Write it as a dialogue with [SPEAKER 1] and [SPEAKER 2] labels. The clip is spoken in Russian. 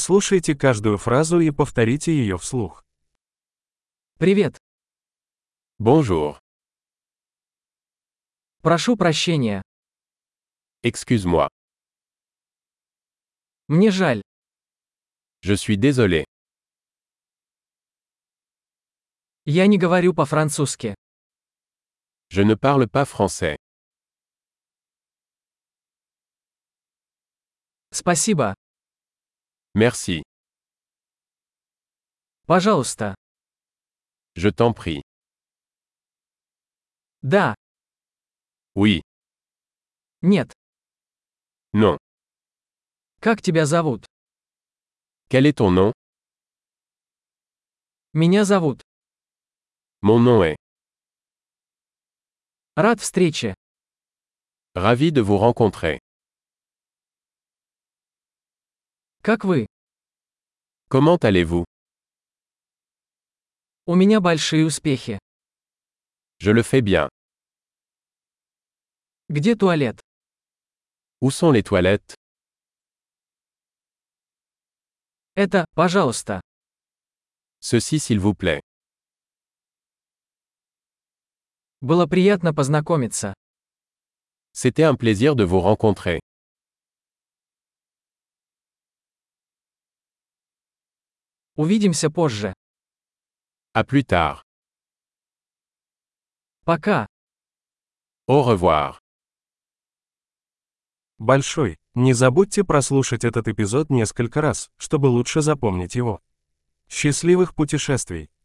[SPEAKER 1] Прослушайте каждую фразу и повторите ее вслух.
[SPEAKER 2] Привет.
[SPEAKER 3] Bonjour.
[SPEAKER 2] Прошу прощения.
[SPEAKER 3] Excuse-moi.
[SPEAKER 2] Мне жаль.
[SPEAKER 3] Je suis désolé.
[SPEAKER 2] Я не говорю по-французски.
[SPEAKER 3] Je ne parle pas français.
[SPEAKER 2] Спасибо.
[SPEAKER 3] Merci.
[SPEAKER 2] Пожалуйста.
[SPEAKER 3] Je t'en prie.
[SPEAKER 2] Да.
[SPEAKER 3] Oui.
[SPEAKER 2] Нет.
[SPEAKER 3] Non.
[SPEAKER 2] Как тебя зовут?
[SPEAKER 3] Quel est ton nom
[SPEAKER 2] Меня зовут.
[SPEAKER 3] Mon nom est.
[SPEAKER 2] Рад встрече.
[SPEAKER 3] Ravi de vous rencontrer.
[SPEAKER 2] Как вы?
[SPEAKER 3] Comment allez-vous
[SPEAKER 2] У меня большие успехи.
[SPEAKER 3] Je le fais bien.
[SPEAKER 2] Где туалет?
[SPEAKER 3] Où sont les toilettes
[SPEAKER 2] Это, пожалуйста.
[SPEAKER 3] Ceci s'il vous plaît.
[SPEAKER 2] Было приятно познакомиться.
[SPEAKER 3] C'était un plaisir de vous rencontrer.
[SPEAKER 2] Увидимся позже.
[SPEAKER 3] À plus tard.
[SPEAKER 2] Пока.
[SPEAKER 3] Au revoir.
[SPEAKER 1] Большой. Не забудьте прослушать этот эпизод несколько раз, чтобы лучше запомнить его. Счастливых путешествий!